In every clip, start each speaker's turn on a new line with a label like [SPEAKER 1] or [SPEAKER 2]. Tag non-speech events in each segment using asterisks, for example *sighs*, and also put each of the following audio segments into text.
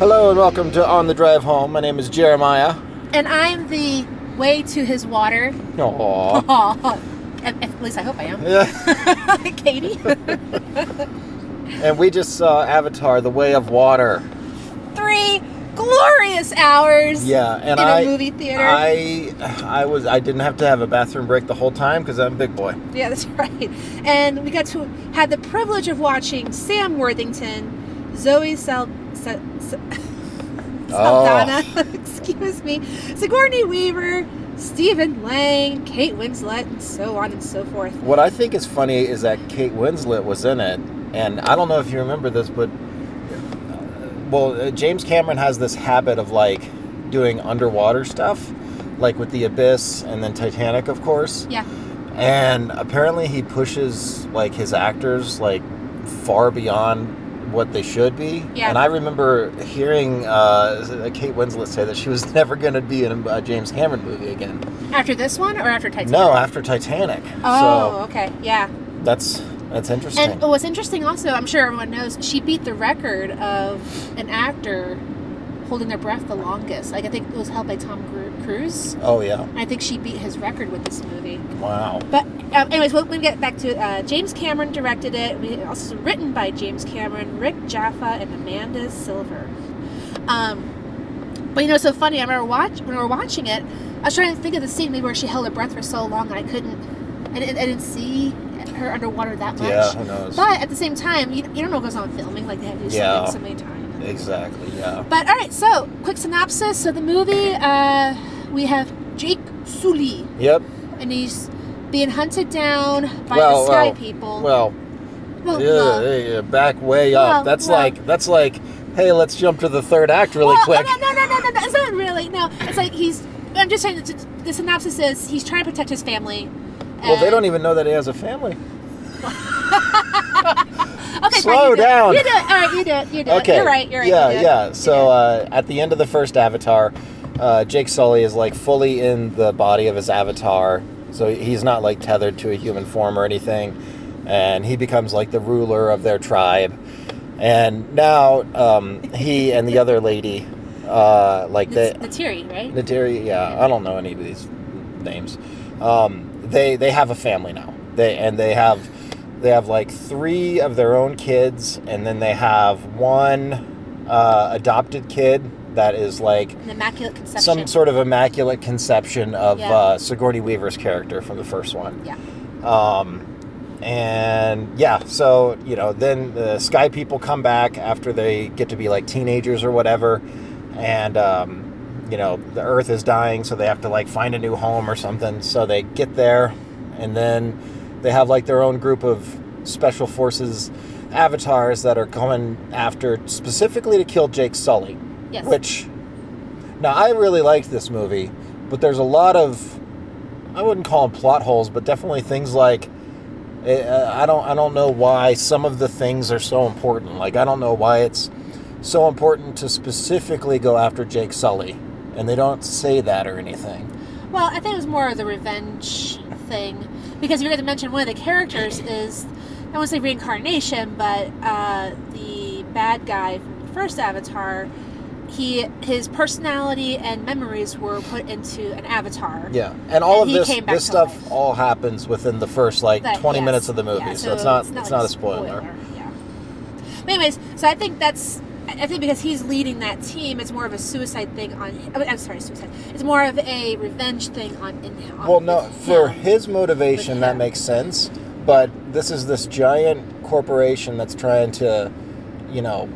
[SPEAKER 1] Hello and welcome to On the Drive Home. My name is Jeremiah.
[SPEAKER 2] And I'm the way to his water. *laughs*
[SPEAKER 1] Aww.
[SPEAKER 2] Aw. At, at least I hope I
[SPEAKER 1] Yeah.
[SPEAKER 2] *laughs* am. Katie.
[SPEAKER 1] And we just saw Avatar: The Way of Water.
[SPEAKER 2] Three glorious hours.
[SPEAKER 1] Yeah, and
[SPEAKER 2] In a
[SPEAKER 1] I
[SPEAKER 2] movie theater.
[SPEAKER 1] I I was I didn't have to have a bathroom break the whole time because I'm a big boy.
[SPEAKER 2] Yeah, that's right. And we got to had the privilege of watching Sam Worthington, Zoe Sal. Sa- Sa-
[SPEAKER 1] Oh.
[SPEAKER 2] Saldana, *laughs* excuse me, Sigourney Weaver, Stephen Lang, Kate Winslet, and so on and so forth.
[SPEAKER 1] What I think is funny is that Kate Winslet was in it, and I don't know if you remember this, but well, uh, James Cameron has this habit of like doing underwater stuff, like with The Abyss and then Titanic, of course.
[SPEAKER 2] Yeah,
[SPEAKER 1] and apparently he pushes like his actors like far beyond what they should be
[SPEAKER 2] Yeah.
[SPEAKER 1] and i remember hearing uh, kate winslet say that she was *laughs* never going to be in a james cameron movie again
[SPEAKER 2] after this one or after Titanic?
[SPEAKER 1] no after titanic
[SPEAKER 2] Oh, okay, yeah.
[SPEAKER 1] so that's that's interesting
[SPEAKER 2] And what's interesting also, I'm sure everyone knows, she beat the record of an actor holding their breath the longest. Like, I think it was held by Tom Gru- Cruise.
[SPEAKER 1] oh yeah
[SPEAKER 2] And I think she beat his record with this movie.
[SPEAKER 1] wow
[SPEAKER 2] But, um, anyways, when we get back to uh, James Cameron directed it. We it also written by James Cameron, Rick Jaffa, and Amanda Silver. Um, but you know, it's so funny. I remember watch when we were watching it. I was trying to think of the scene maybe where she held her breath for so long, and I couldn't. I didn't, I didn't see her underwater that much.
[SPEAKER 1] yeah who knows
[SPEAKER 2] But at the same time, you, you don't know what goes on in filming. Like they have to do
[SPEAKER 1] Yeah.
[SPEAKER 2] something so many times.
[SPEAKER 1] exactly yeah
[SPEAKER 2] But all right, so quick synopsis. So the movie, uh, we have Jake Sully,
[SPEAKER 1] yep
[SPEAKER 2] and he's being hunted down by
[SPEAKER 1] Well,
[SPEAKER 2] the Sky
[SPEAKER 1] well,
[SPEAKER 2] People.
[SPEAKER 1] well
[SPEAKER 2] Well,
[SPEAKER 1] yeah,
[SPEAKER 2] Oh, well,
[SPEAKER 1] yeah, yeah, back way up
[SPEAKER 2] Well,
[SPEAKER 1] that's
[SPEAKER 2] well.
[SPEAKER 1] like that's like hey let's jump to the third act really
[SPEAKER 2] well,
[SPEAKER 1] quick
[SPEAKER 2] No, no, no, no, no, no. It's not really. No, it's like he's. I'm just saying. The, the synopsis is he's trying to protect his family.
[SPEAKER 1] well they
[SPEAKER 2] and-
[SPEAKER 1] don't even know that he has a family
[SPEAKER 2] *laughs* Okay,
[SPEAKER 1] Slow
[SPEAKER 2] fine, you do it.
[SPEAKER 1] down.
[SPEAKER 2] You do it. All right, you do it. You do
[SPEAKER 1] Okay.
[SPEAKER 2] it. You're right. You're right.
[SPEAKER 1] Yeah,
[SPEAKER 2] you do it.
[SPEAKER 1] yeah.
[SPEAKER 2] You
[SPEAKER 1] So uh, at the end of the first Avatar, uh, Jake Sully is like fully in the body of his avatar, so he's not like tethered to a human form or anything, and he becomes like the ruler of their tribe. And now um, he and the other lady, uh, like
[SPEAKER 2] do it.
[SPEAKER 1] they,
[SPEAKER 2] It's Natiri, right?
[SPEAKER 1] Nateri, yeah, I don't know any of these names. Um, they they have a family now. They and they have they have like three of their own kids, and then they have one uh, adopted kid that is like
[SPEAKER 2] An immaculate conception.
[SPEAKER 1] some sort of immaculate conception of
[SPEAKER 2] Yeah.
[SPEAKER 1] uh, Sigourney Weaver's character from the first one.
[SPEAKER 2] Yeah.
[SPEAKER 1] Um, and yeah, so you know, then the Sky people come back after they get to be like teenagers or whatever, and um, you know, the Earth is dying, so they have to like find a new home or something. So they get there, and then they have like their own group of special forces avatars that are coming after specifically to kill Jake Sully.
[SPEAKER 2] Yes.
[SPEAKER 1] Which, now I really liked this movie, but there's a lot of, I wouldn't call them plot holes, but definitely things like, eh, uh, I don't, I don't know why some of the things are so important. Like I don't know why it's so important to specifically go after Jake Sully, and they don't say that or anything.
[SPEAKER 2] Well, I think it was more of the revenge thing because you forgot to mention one of the characters is I won't say reincarnation, but uh, the bad guy from the first Avatar. He his personality and memories were put into an avatar.
[SPEAKER 1] Yeah, and all
[SPEAKER 2] And
[SPEAKER 1] of
[SPEAKER 2] he
[SPEAKER 1] this
[SPEAKER 2] came back
[SPEAKER 1] this
[SPEAKER 2] to
[SPEAKER 1] stuff
[SPEAKER 2] life.
[SPEAKER 1] all happens within the first like
[SPEAKER 2] That-
[SPEAKER 1] 20
[SPEAKER 2] yes.
[SPEAKER 1] minutes of the movie,
[SPEAKER 2] Yeah,
[SPEAKER 1] so, it's not it's not,
[SPEAKER 2] like
[SPEAKER 1] a spoiler.
[SPEAKER 2] Yeah. But anyways, so I think that's I I think because he's leading that team, it's more of a suicide thing on. I mean, I'm sorry, suicide. It's more of a revenge thing on in him.
[SPEAKER 1] Well, no, for
[SPEAKER 2] him.
[SPEAKER 1] his motivation,
[SPEAKER 2] With
[SPEAKER 1] that
[SPEAKER 2] him.
[SPEAKER 1] makes sense. But this is this giant corporation that's trying to, you know,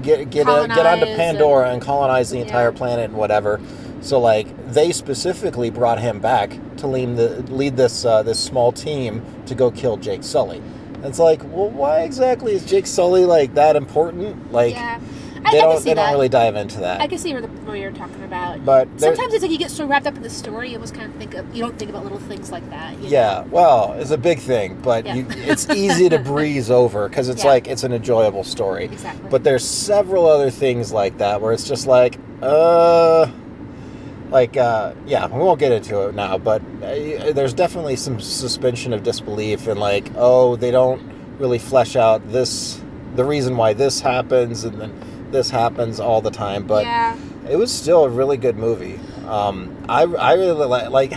[SPEAKER 1] get get a, get onto
[SPEAKER 2] Colonize
[SPEAKER 1] Pandora and, colonize the
[SPEAKER 2] Yeah.
[SPEAKER 1] entire planet and whatever. So like they specifically brought him back to lead the lead this uh, this small team to go kill Jake Sully. And it's like, well, why exactly is Jake Sully like that important? Like
[SPEAKER 2] yeah,
[SPEAKER 1] they
[SPEAKER 2] I, I
[SPEAKER 1] don't
[SPEAKER 2] can see
[SPEAKER 1] they
[SPEAKER 2] that.
[SPEAKER 1] don't really dive into that.
[SPEAKER 2] I can see where, the, where you're talking about.
[SPEAKER 1] but there-
[SPEAKER 2] Sometimes it's like you get so wrapped up in the story, you almost kind of think of you don't think about little things like that. you know?
[SPEAKER 1] Yeah, well, it's a big thing, but
[SPEAKER 2] Yeah. *laughs*
[SPEAKER 1] you, it's easy to breeze over because it's
[SPEAKER 2] Yeah.
[SPEAKER 1] like it's an enjoyable story.
[SPEAKER 2] Exactly.
[SPEAKER 1] But there's several other things like that where it's just like, uh, like, uh, yeah, we won't get into it now, but uh, there's definitely some suspension of disbelief and like, oh, they don't really flesh out this, the reason why this happens, and then this happens all the time, but
[SPEAKER 2] yeah.
[SPEAKER 1] it was still a really good movie. Um, I, I really li- like,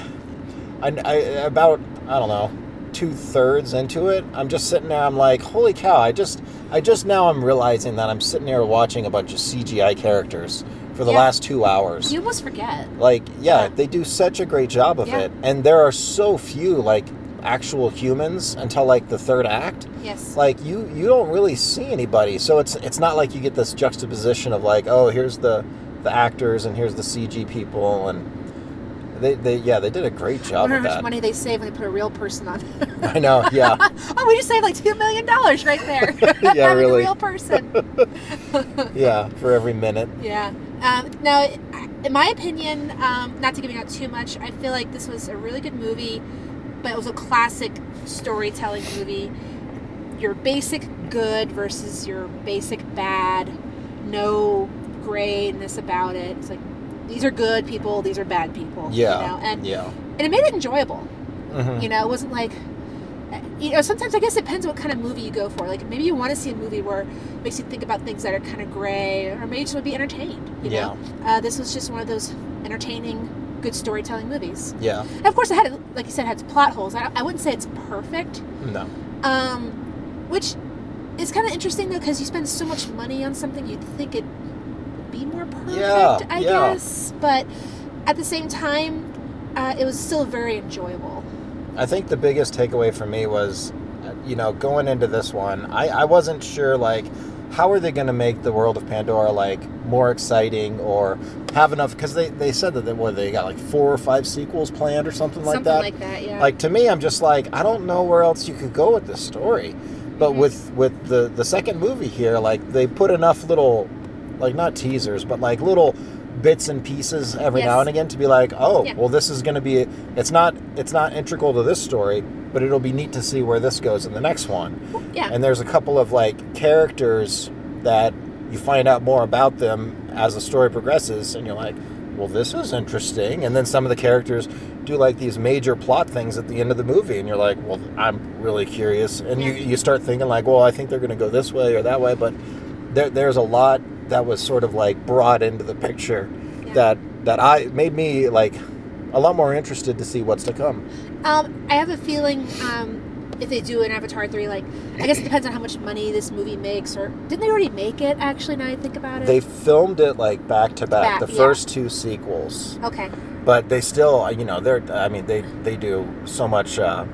[SPEAKER 1] I, I about I don't know two thirds into it. I'm just sitting there. I'm like, holy cow! I just I just now I'm realizing that I'm sitting here watching a bunch of CGI characters for the
[SPEAKER 2] Yeah.
[SPEAKER 1] last two hours.
[SPEAKER 2] You almost forget.
[SPEAKER 1] Like, yeah,
[SPEAKER 2] Yeah.
[SPEAKER 1] they do such a great job of
[SPEAKER 2] Yeah.
[SPEAKER 1] it, and there are so few like actual humans until like the third act
[SPEAKER 2] Yes.
[SPEAKER 1] like you you don't really see anybody so it's it's not like you get this juxtaposition of like oh here's the the actors and here's the cg people and they, they yeah they did a great
[SPEAKER 2] I
[SPEAKER 1] job
[SPEAKER 2] wonder
[SPEAKER 1] of
[SPEAKER 2] how much
[SPEAKER 1] that
[SPEAKER 2] money they save when they put a real person on. *laughs*
[SPEAKER 1] *laughs* i know yeah
[SPEAKER 2] oh, we just saved like two million dollars right there.
[SPEAKER 1] *laughs* Yeah,
[SPEAKER 2] *laughs* Having
[SPEAKER 1] really.
[SPEAKER 2] A real person.
[SPEAKER 1] yeah for every minute
[SPEAKER 2] Yeah. Um, now, in my opinion, um, not to giving out too much, I feel like this was a really good movie, but it was a classic storytelling movie. Your basic good versus your basic bad. No grayness about it. It's like these are good people, these are bad people.
[SPEAKER 1] Yeah.
[SPEAKER 2] You know? and,
[SPEAKER 1] yeah
[SPEAKER 2] and it made it enjoyable.
[SPEAKER 1] hmm
[SPEAKER 2] You know, it wasn't like, you know, sometimes I guess it depends what kind of movie you go for. Like maybe you want to see a movie where it makes you think about things that are kind of gray, or maybe you just want to be entertained. You
[SPEAKER 1] yeah
[SPEAKER 2] know, uh, this was just one of those entertaining, good storytelling movies.
[SPEAKER 1] yeah
[SPEAKER 2] And of course, it had, like you said, it had its plot holes. I, I wouldn't say it's perfect,
[SPEAKER 1] no
[SPEAKER 2] um, which is kind of interesting though, because you spend so much money on something, you'd think it would be more perfect,
[SPEAKER 1] Yeah,
[SPEAKER 2] I
[SPEAKER 1] yeah.
[SPEAKER 2] guess. But at the same time, uh, it was still very enjoyable.
[SPEAKER 1] I think the biggest takeaway for me was, uh, you know, going into this one, I, I wasn't sure, like, how are they going to make the world of Pandora, like, more exciting or have enough? Because they, they said that, they, what, they got, like, four or five sequels planned or something like
[SPEAKER 2] Something
[SPEAKER 1] that?
[SPEAKER 2] like that, yeah.
[SPEAKER 1] Like, to me, I'm just like, I don't know where else you could go with this story. But
[SPEAKER 2] Mhm.
[SPEAKER 1] with, with the, the second movie here, like, they put enough little, like, not teasers, but, like, little bits and pieces every
[SPEAKER 2] Yes.
[SPEAKER 1] now and again again to be like, oh,
[SPEAKER 2] Yeah.
[SPEAKER 1] well, this is going to be. It's not. It's not integral to this story, but it'll be neat to see where this goes in the next one.
[SPEAKER 2] yeah.
[SPEAKER 1] And there's a couple of like characters that you find out more about them as the story progresses, and you're like, well, this is interesting. And then some of the characters do like these major plot things at the end of the movie, and you're like, well, I'm really curious. And you
[SPEAKER 2] Yeah.
[SPEAKER 1] you start thinking like, well, I think they're going to go this way or that way, but there, there's a lot that was sort of like brought into the picture
[SPEAKER 2] Yeah.
[SPEAKER 1] that that I made me like a lot more interested to see what's to come.
[SPEAKER 2] Um, I have a feeling um, if they do an Avatar three, like I guess it depends on how much money this movie makes. Or didn't they already make it? Actually, now I think about it.
[SPEAKER 1] They filmed it like back to back,
[SPEAKER 2] Back,
[SPEAKER 1] the
[SPEAKER 2] yeah.
[SPEAKER 1] first two sequels,
[SPEAKER 2] okay.
[SPEAKER 1] but they still, uh, you know, they're I mean they they do so much uh,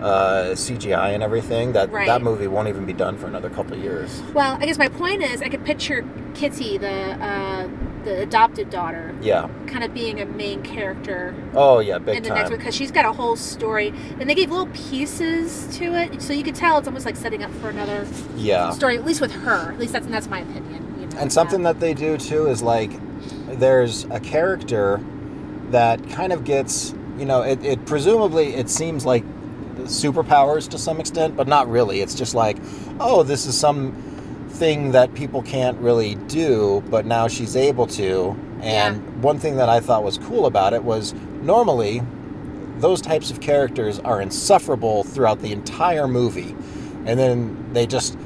[SPEAKER 1] uh, CGI and everything that that
[SPEAKER 2] Right.
[SPEAKER 1] movie won't even be done for another couple of years.
[SPEAKER 2] Well, I guess my point is, I could picture Kitty, the uh, the adopted daughter,
[SPEAKER 1] Yeah.
[SPEAKER 2] kind of being a main character
[SPEAKER 1] Oh yeah, big
[SPEAKER 2] in the next
[SPEAKER 1] time.
[SPEAKER 2] one because she's got a whole story, and they gave little pieces to it, so you could tell it's almost like setting up for another
[SPEAKER 1] Yeah.
[SPEAKER 2] story. At least with her, at least that's that's my opinion. You know,
[SPEAKER 1] Oh. And something
[SPEAKER 2] that
[SPEAKER 1] that they do too is like there's a character that kind of gets, you know, it, it presumably it seems like superpowers to some extent, but not really. It's just like, oh, this is some thing that people can't really do, but now she's able to. And one thing that I thought was cool about it was normally those types of characters are insufferable throughout the entire movie. And then they just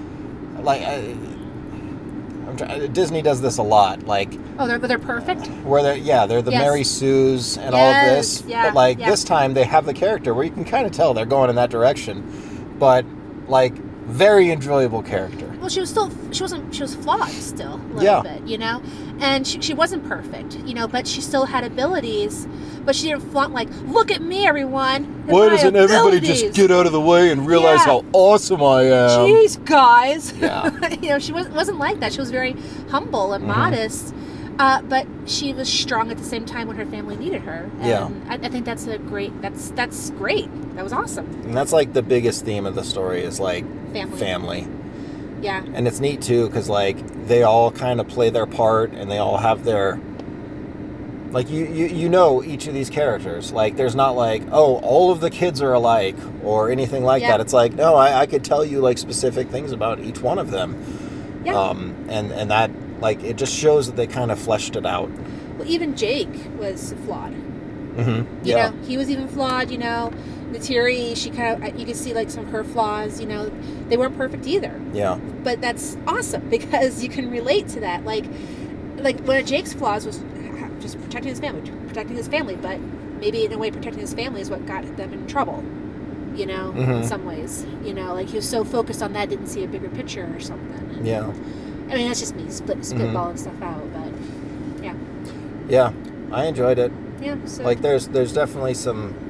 [SPEAKER 1] like I, I'm try- Disney does this a lot. Like
[SPEAKER 2] oh, they're they're perfect.
[SPEAKER 1] where they're yeah they're the
[SPEAKER 2] Yes.
[SPEAKER 1] Mary Sues and all of this,
[SPEAKER 2] Yes, yeah,
[SPEAKER 1] but like
[SPEAKER 2] yeah.
[SPEAKER 1] this time they have the character where you can kind of tell they're going in that direction, but like very enjoyable character.
[SPEAKER 2] well she was still she wasn't she was flawed still a little
[SPEAKER 1] Yeah.
[SPEAKER 2] bit you know and she, she wasn't perfect you know but she still had abilities but she didn't flaunt like look at me everyone and my abilities."
[SPEAKER 1] out of the way and
[SPEAKER 2] realize Yeah. how
[SPEAKER 1] awesome I
[SPEAKER 2] jeez guys *laughs*
[SPEAKER 1] Yeah.
[SPEAKER 2] you know she wasn't, wasn't like that she was very humble and
[SPEAKER 1] Mhm.
[SPEAKER 2] modest uh, but she was strong at the same time when her family needed her and
[SPEAKER 1] Yeah.
[SPEAKER 2] I, I think that's a great that's that's great that was awesome
[SPEAKER 1] And that's like the biggest theme of the story is like
[SPEAKER 2] family
[SPEAKER 1] family.
[SPEAKER 2] yeah
[SPEAKER 1] and it's neat too because like they all kind of play their part and they all have their like you, you you know each of these characters like there's not like oh all of the kids are alike or anything like
[SPEAKER 2] Yeah.
[SPEAKER 1] that it's like no I, I could tell you like specific things about each one of them
[SPEAKER 2] yeah
[SPEAKER 1] um and and that like it just shows that they kind of fleshed it out
[SPEAKER 2] well, even jake was flawed
[SPEAKER 1] mm-hmm.
[SPEAKER 2] You
[SPEAKER 1] yeah
[SPEAKER 2] know, he was even flawed, you know. Natiri, she kind of you can see like some of her flaws. You know, they weren't perfect either,
[SPEAKER 1] Yeah.
[SPEAKER 2] but that's awesome *laughs* because you can relate to that. Like, like one of Jake's flaws was *sighs* just protecting his family, protecting his family, but maybe in a way protecting his family is what got them in trouble. You know, in
[SPEAKER 1] Mhm.
[SPEAKER 2] some ways, you know, like he was so focused on that, didn't see a bigger picture or something.
[SPEAKER 1] Yeah. Mm-hmm.
[SPEAKER 2] I mean, that's just me split spitballing stuff out, but
[SPEAKER 1] Yeah. I enjoyed it.
[SPEAKER 2] yeah. So
[SPEAKER 1] Like there's there's definitely some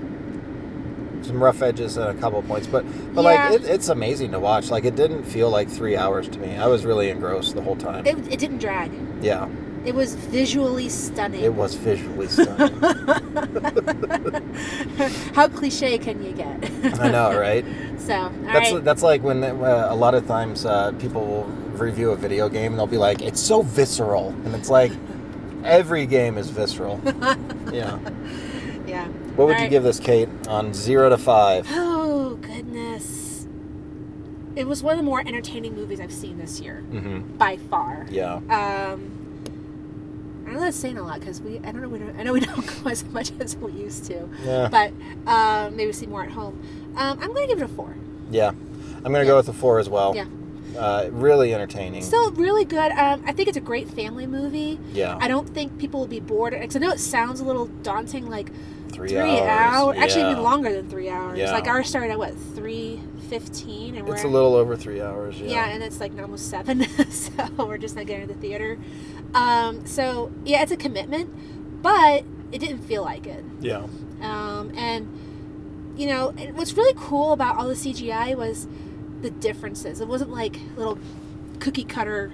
[SPEAKER 1] some rough edges and a couple points, but but
[SPEAKER 2] Yeah.
[SPEAKER 1] like it, it's amazing to watch. Like it didn't feel like three hours to me. I was really engrossed the whole time.
[SPEAKER 2] it, it didn't drag.
[SPEAKER 1] yeah.
[SPEAKER 2] It was visually stunning.
[SPEAKER 1] It was visually
[SPEAKER 2] *laughs*
[SPEAKER 1] stunning.
[SPEAKER 2] How cliche can you get?
[SPEAKER 1] I know, right?
[SPEAKER 2] *laughs* So, all right.
[SPEAKER 1] That's that's like when uh, a lot of times uh, people will review a video game and they'll be like, "It's so visceral," and it's like every game is
[SPEAKER 2] *laughs*
[SPEAKER 1] visceral. yeah.
[SPEAKER 2] yeah.
[SPEAKER 1] What would you
[SPEAKER 2] Alright.
[SPEAKER 1] give this, Kate, on zero to five?
[SPEAKER 2] Oh goodness. It was one of the more entertaining movies I've seen this year,
[SPEAKER 1] Mm-hmm.
[SPEAKER 2] by far.
[SPEAKER 1] Yeah.
[SPEAKER 2] Um, I know that's saying a lot because we I don't know we don't I know we *laughs* don't go as much as we used to,
[SPEAKER 1] Yeah.
[SPEAKER 2] but um, maybe we see more at home. Um, I'm gonna give it a four.
[SPEAKER 1] Yeah. I'm gonna go with a four as well.
[SPEAKER 2] Yeah.
[SPEAKER 1] Uh, really entertaining.
[SPEAKER 2] Still really good. Um, I think it's a great family movie.
[SPEAKER 1] yeah.
[SPEAKER 2] I don't think people will be bored. Because I know it sounds a little daunting, like
[SPEAKER 1] Three,
[SPEAKER 2] three
[SPEAKER 1] hours.
[SPEAKER 2] hour- Actually,
[SPEAKER 1] Yeah.
[SPEAKER 2] even longer than three hours.
[SPEAKER 1] Yeah.
[SPEAKER 2] Like ours started at what three fifteen, and we're
[SPEAKER 1] It's
[SPEAKER 2] at-
[SPEAKER 1] a little over three hours.
[SPEAKER 2] yeah.
[SPEAKER 1] Yeah.
[SPEAKER 2] and it's like almost seven, *laughs* so we're just not getting to the theater. Um, so yeah, it's a commitment, but it didn't feel like it.
[SPEAKER 1] Yeah.
[SPEAKER 2] Um, and you know, and what's really cool about all the CGI was the differences. It wasn't like little cookie cutter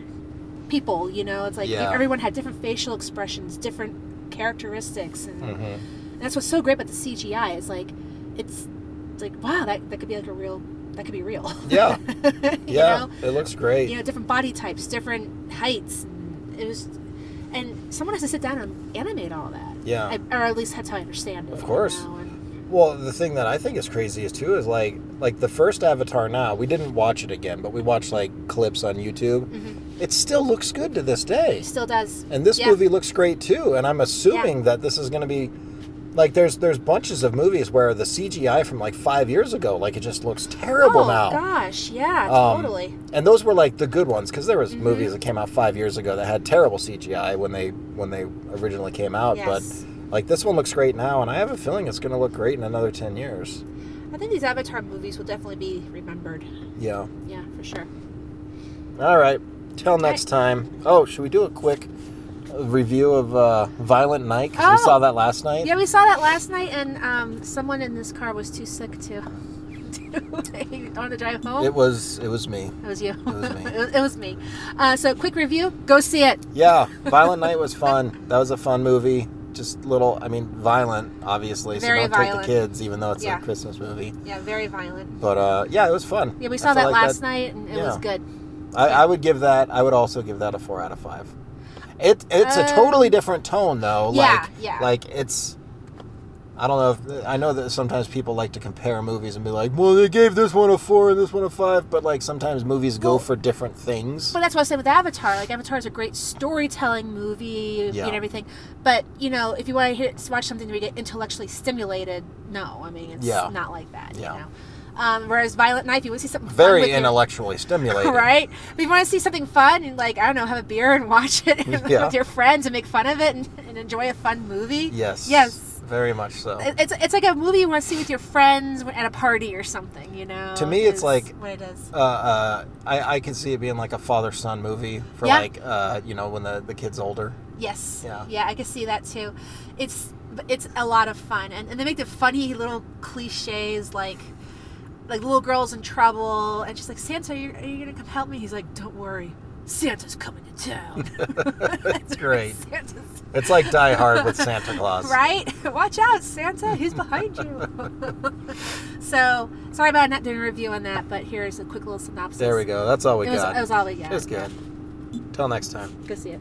[SPEAKER 2] people. You know, it's like
[SPEAKER 1] Yeah.
[SPEAKER 2] everyone had different facial expressions, different characteristics, and
[SPEAKER 1] hmm
[SPEAKER 2] *laughs* that's what's so great about the CGI. Is like, it's, it's like wow, that, that could be like a real, that could be real. *laughs*
[SPEAKER 1] Yeah.
[SPEAKER 2] you
[SPEAKER 1] Yeah.
[SPEAKER 2] know,
[SPEAKER 1] It looks great.
[SPEAKER 2] you know, different body types, different heights. and It was, and someone has to sit down and animate all that.
[SPEAKER 1] Yeah.
[SPEAKER 2] I, or at least that's how I understand it.
[SPEAKER 1] Of course.
[SPEAKER 2] you know, and-
[SPEAKER 1] Well, the thing that I think is crazy is too is like like the first Avatar now, we didn't watch it again, but we watched like clips on YouTube.
[SPEAKER 2] Mm-hmm.
[SPEAKER 1] It still looks good to this
[SPEAKER 2] it
[SPEAKER 1] day.
[SPEAKER 2] still does.
[SPEAKER 1] And this
[SPEAKER 2] Yeah.
[SPEAKER 1] movie looks great too, and I'm assuming that this is going to be like there's there's bunches of movies where the CGI from like 5 years ago like it just looks terrible
[SPEAKER 2] oh,
[SPEAKER 1] now.
[SPEAKER 2] gosh, yeah,
[SPEAKER 1] Um,
[SPEAKER 2] totally.
[SPEAKER 1] And those were like the good ones because there was
[SPEAKER 2] Mm-hmm.
[SPEAKER 1] movies that came out five years ago that had terrible CGI when they when they originally came out.
[SPEAKER 2] Yes.
[SPEAKER 1] But like this one looks great now, and I have a feeling it's going to look great in another ten years.
[SPEAKER 2] I think these Avatar movies will definitely be remembered.
[SPEAKER 1] Yeah.
[SPEAKER 2] Yeah, for sure.
[SPEAKER 1] All right. Till next time. Oh, should we do a quick review of uh, Violent Night? 'Cause we
[SPEAKER 2] Oh.
[SPEAKER 1] saw that last night.
[SPEAKER 2] Yeah, we saw that last night, and um, someone in this car was too sick to. *laughs* to- on the drive home,
[SPEAKER 1] It was it was me.
[SPEAKER 2] It was you. It
[SPEAKER 1] was me.
[SPEAKER 2] *laughs* it, was, me. Uh, so, quick review. Go see it.
[SPEAKER 1] Yeah, Violent Night was fun. That was a fun movie. Just little, I mean, violent, obviously. so
[SPEAKER 2] Very
[SPEAKER 1] don't take
[SPEAKER 2] violent.
[SPEAKER 1] the kids, even though it's
[SPEAKER 2] Yeah.
[SPEAKER 1] a Christmas movie.
[SPEAKER 2] Yeah, very violent.
[SPEAKER 1] But uh, yeah, it was fun.
[SPEAKER 2] Yeah, we
[SPEAKER 1] I feel
[SPEAKER 2] saw that
[SPEAKER 1] like
[SPEAKER 2] last night, and it was
[SPEAKER 1] yeah.
[SPEAKER 2] good.
[SPEAKER 1] I, I would give that. I would also give that a four out of five. It it's a totally different tone though.
[SPEAKER 2] Um, yeah,
[SPEAKER 1] like,
[SPEAKER 2] yeah.
[SPEAKER 1] Like it's. I don't know. If, I know that sometimes people like to compare movies and be like, "Well, they gave this one a four and this one a five, but like sometimes movies go
[SPEAKER 2] Well-
[SPEAKER 1] for different things.
[SPEAKER 2] But that's what I said with Avatar. Like Avatar is a great storytelling movie
[SPEAKER 1] Yeah.
[SPEAKER 2] and everything. But you know, if you want to hear, watch something to get intellectually stimulated, no, I mean it's
[SPEAKER 1] Yeah.
[SPEAKER 2] not like that.
[SPEAKER 1] Yeah.
[SPEAKER 2] You know? Um, whereas Violent Knife, you want to see something fun
[SPEAKER 1] Very
[SPEAKER 2] with your-
[SPEAKER 1] intellectually stimulating.
[SPEAKER 2] *laughs* right? But if you want to see something fun and like I don't know, have a beer and watch
[SPEAKER 1] *laughs*
[SPEAKER 2] it
[SPEAKER 1] Yeah.
[SPEAKER 2] with your friends and make fun of it and, and enjoy a fun movie.
[SPEAKER 1] Yes.
[SPEAKER 2] Yes.
[SPEAKER 1] Very much so.
[SPEAKER 2] It- It's, it's like a movie you want to see with your friends at a party or something, you know.
[SPEAKER 1] To me, it's
[SPEAKER 2] is
[SPEAKER 1] like-
[SPEAKER 2] what it is.
[SPEAKER 1] uh, uh, I I can see it being like a father son movie for
[SPEAKER 2] Yeah.
[SPEAKER 1] like uh, you know when the the kid's older.
[SPEAKER 2] *laughs* Yes.
[SPEAKER 1] Yeah.
[SPEAKER 2] I can see that too. It's it's a lot of fun, and, and they make the funny little cliches like like little girls in trouble, and she's like, "Santa, are you, are you gonna come help me?" He's like, "Don't worry, Santa's coming to town."
[SPEAKER 1] It's *laughs* great.
[SPEAKER 2] *laughs* Santa's
[SPEAKER 1] It's like Die Hard
[SPEAKER 2] *laughs*
[SPEAKER 1] with Santa Claus.
[SPEAKER 2] right. *laughs* Watch out, Santa! He's behind you. *laughs* so sorry about not doing a review on that, but here's a quick little synopsis.
[SPEAKER 1] There we go. That's all we
[SPEAKER 2] It was,
[SPEAKER 1] got.
[SPEAKER 2] it was all we got.
[SPEAKER 1] It was good. Till next time.
[SPEAKER 2] Go see it.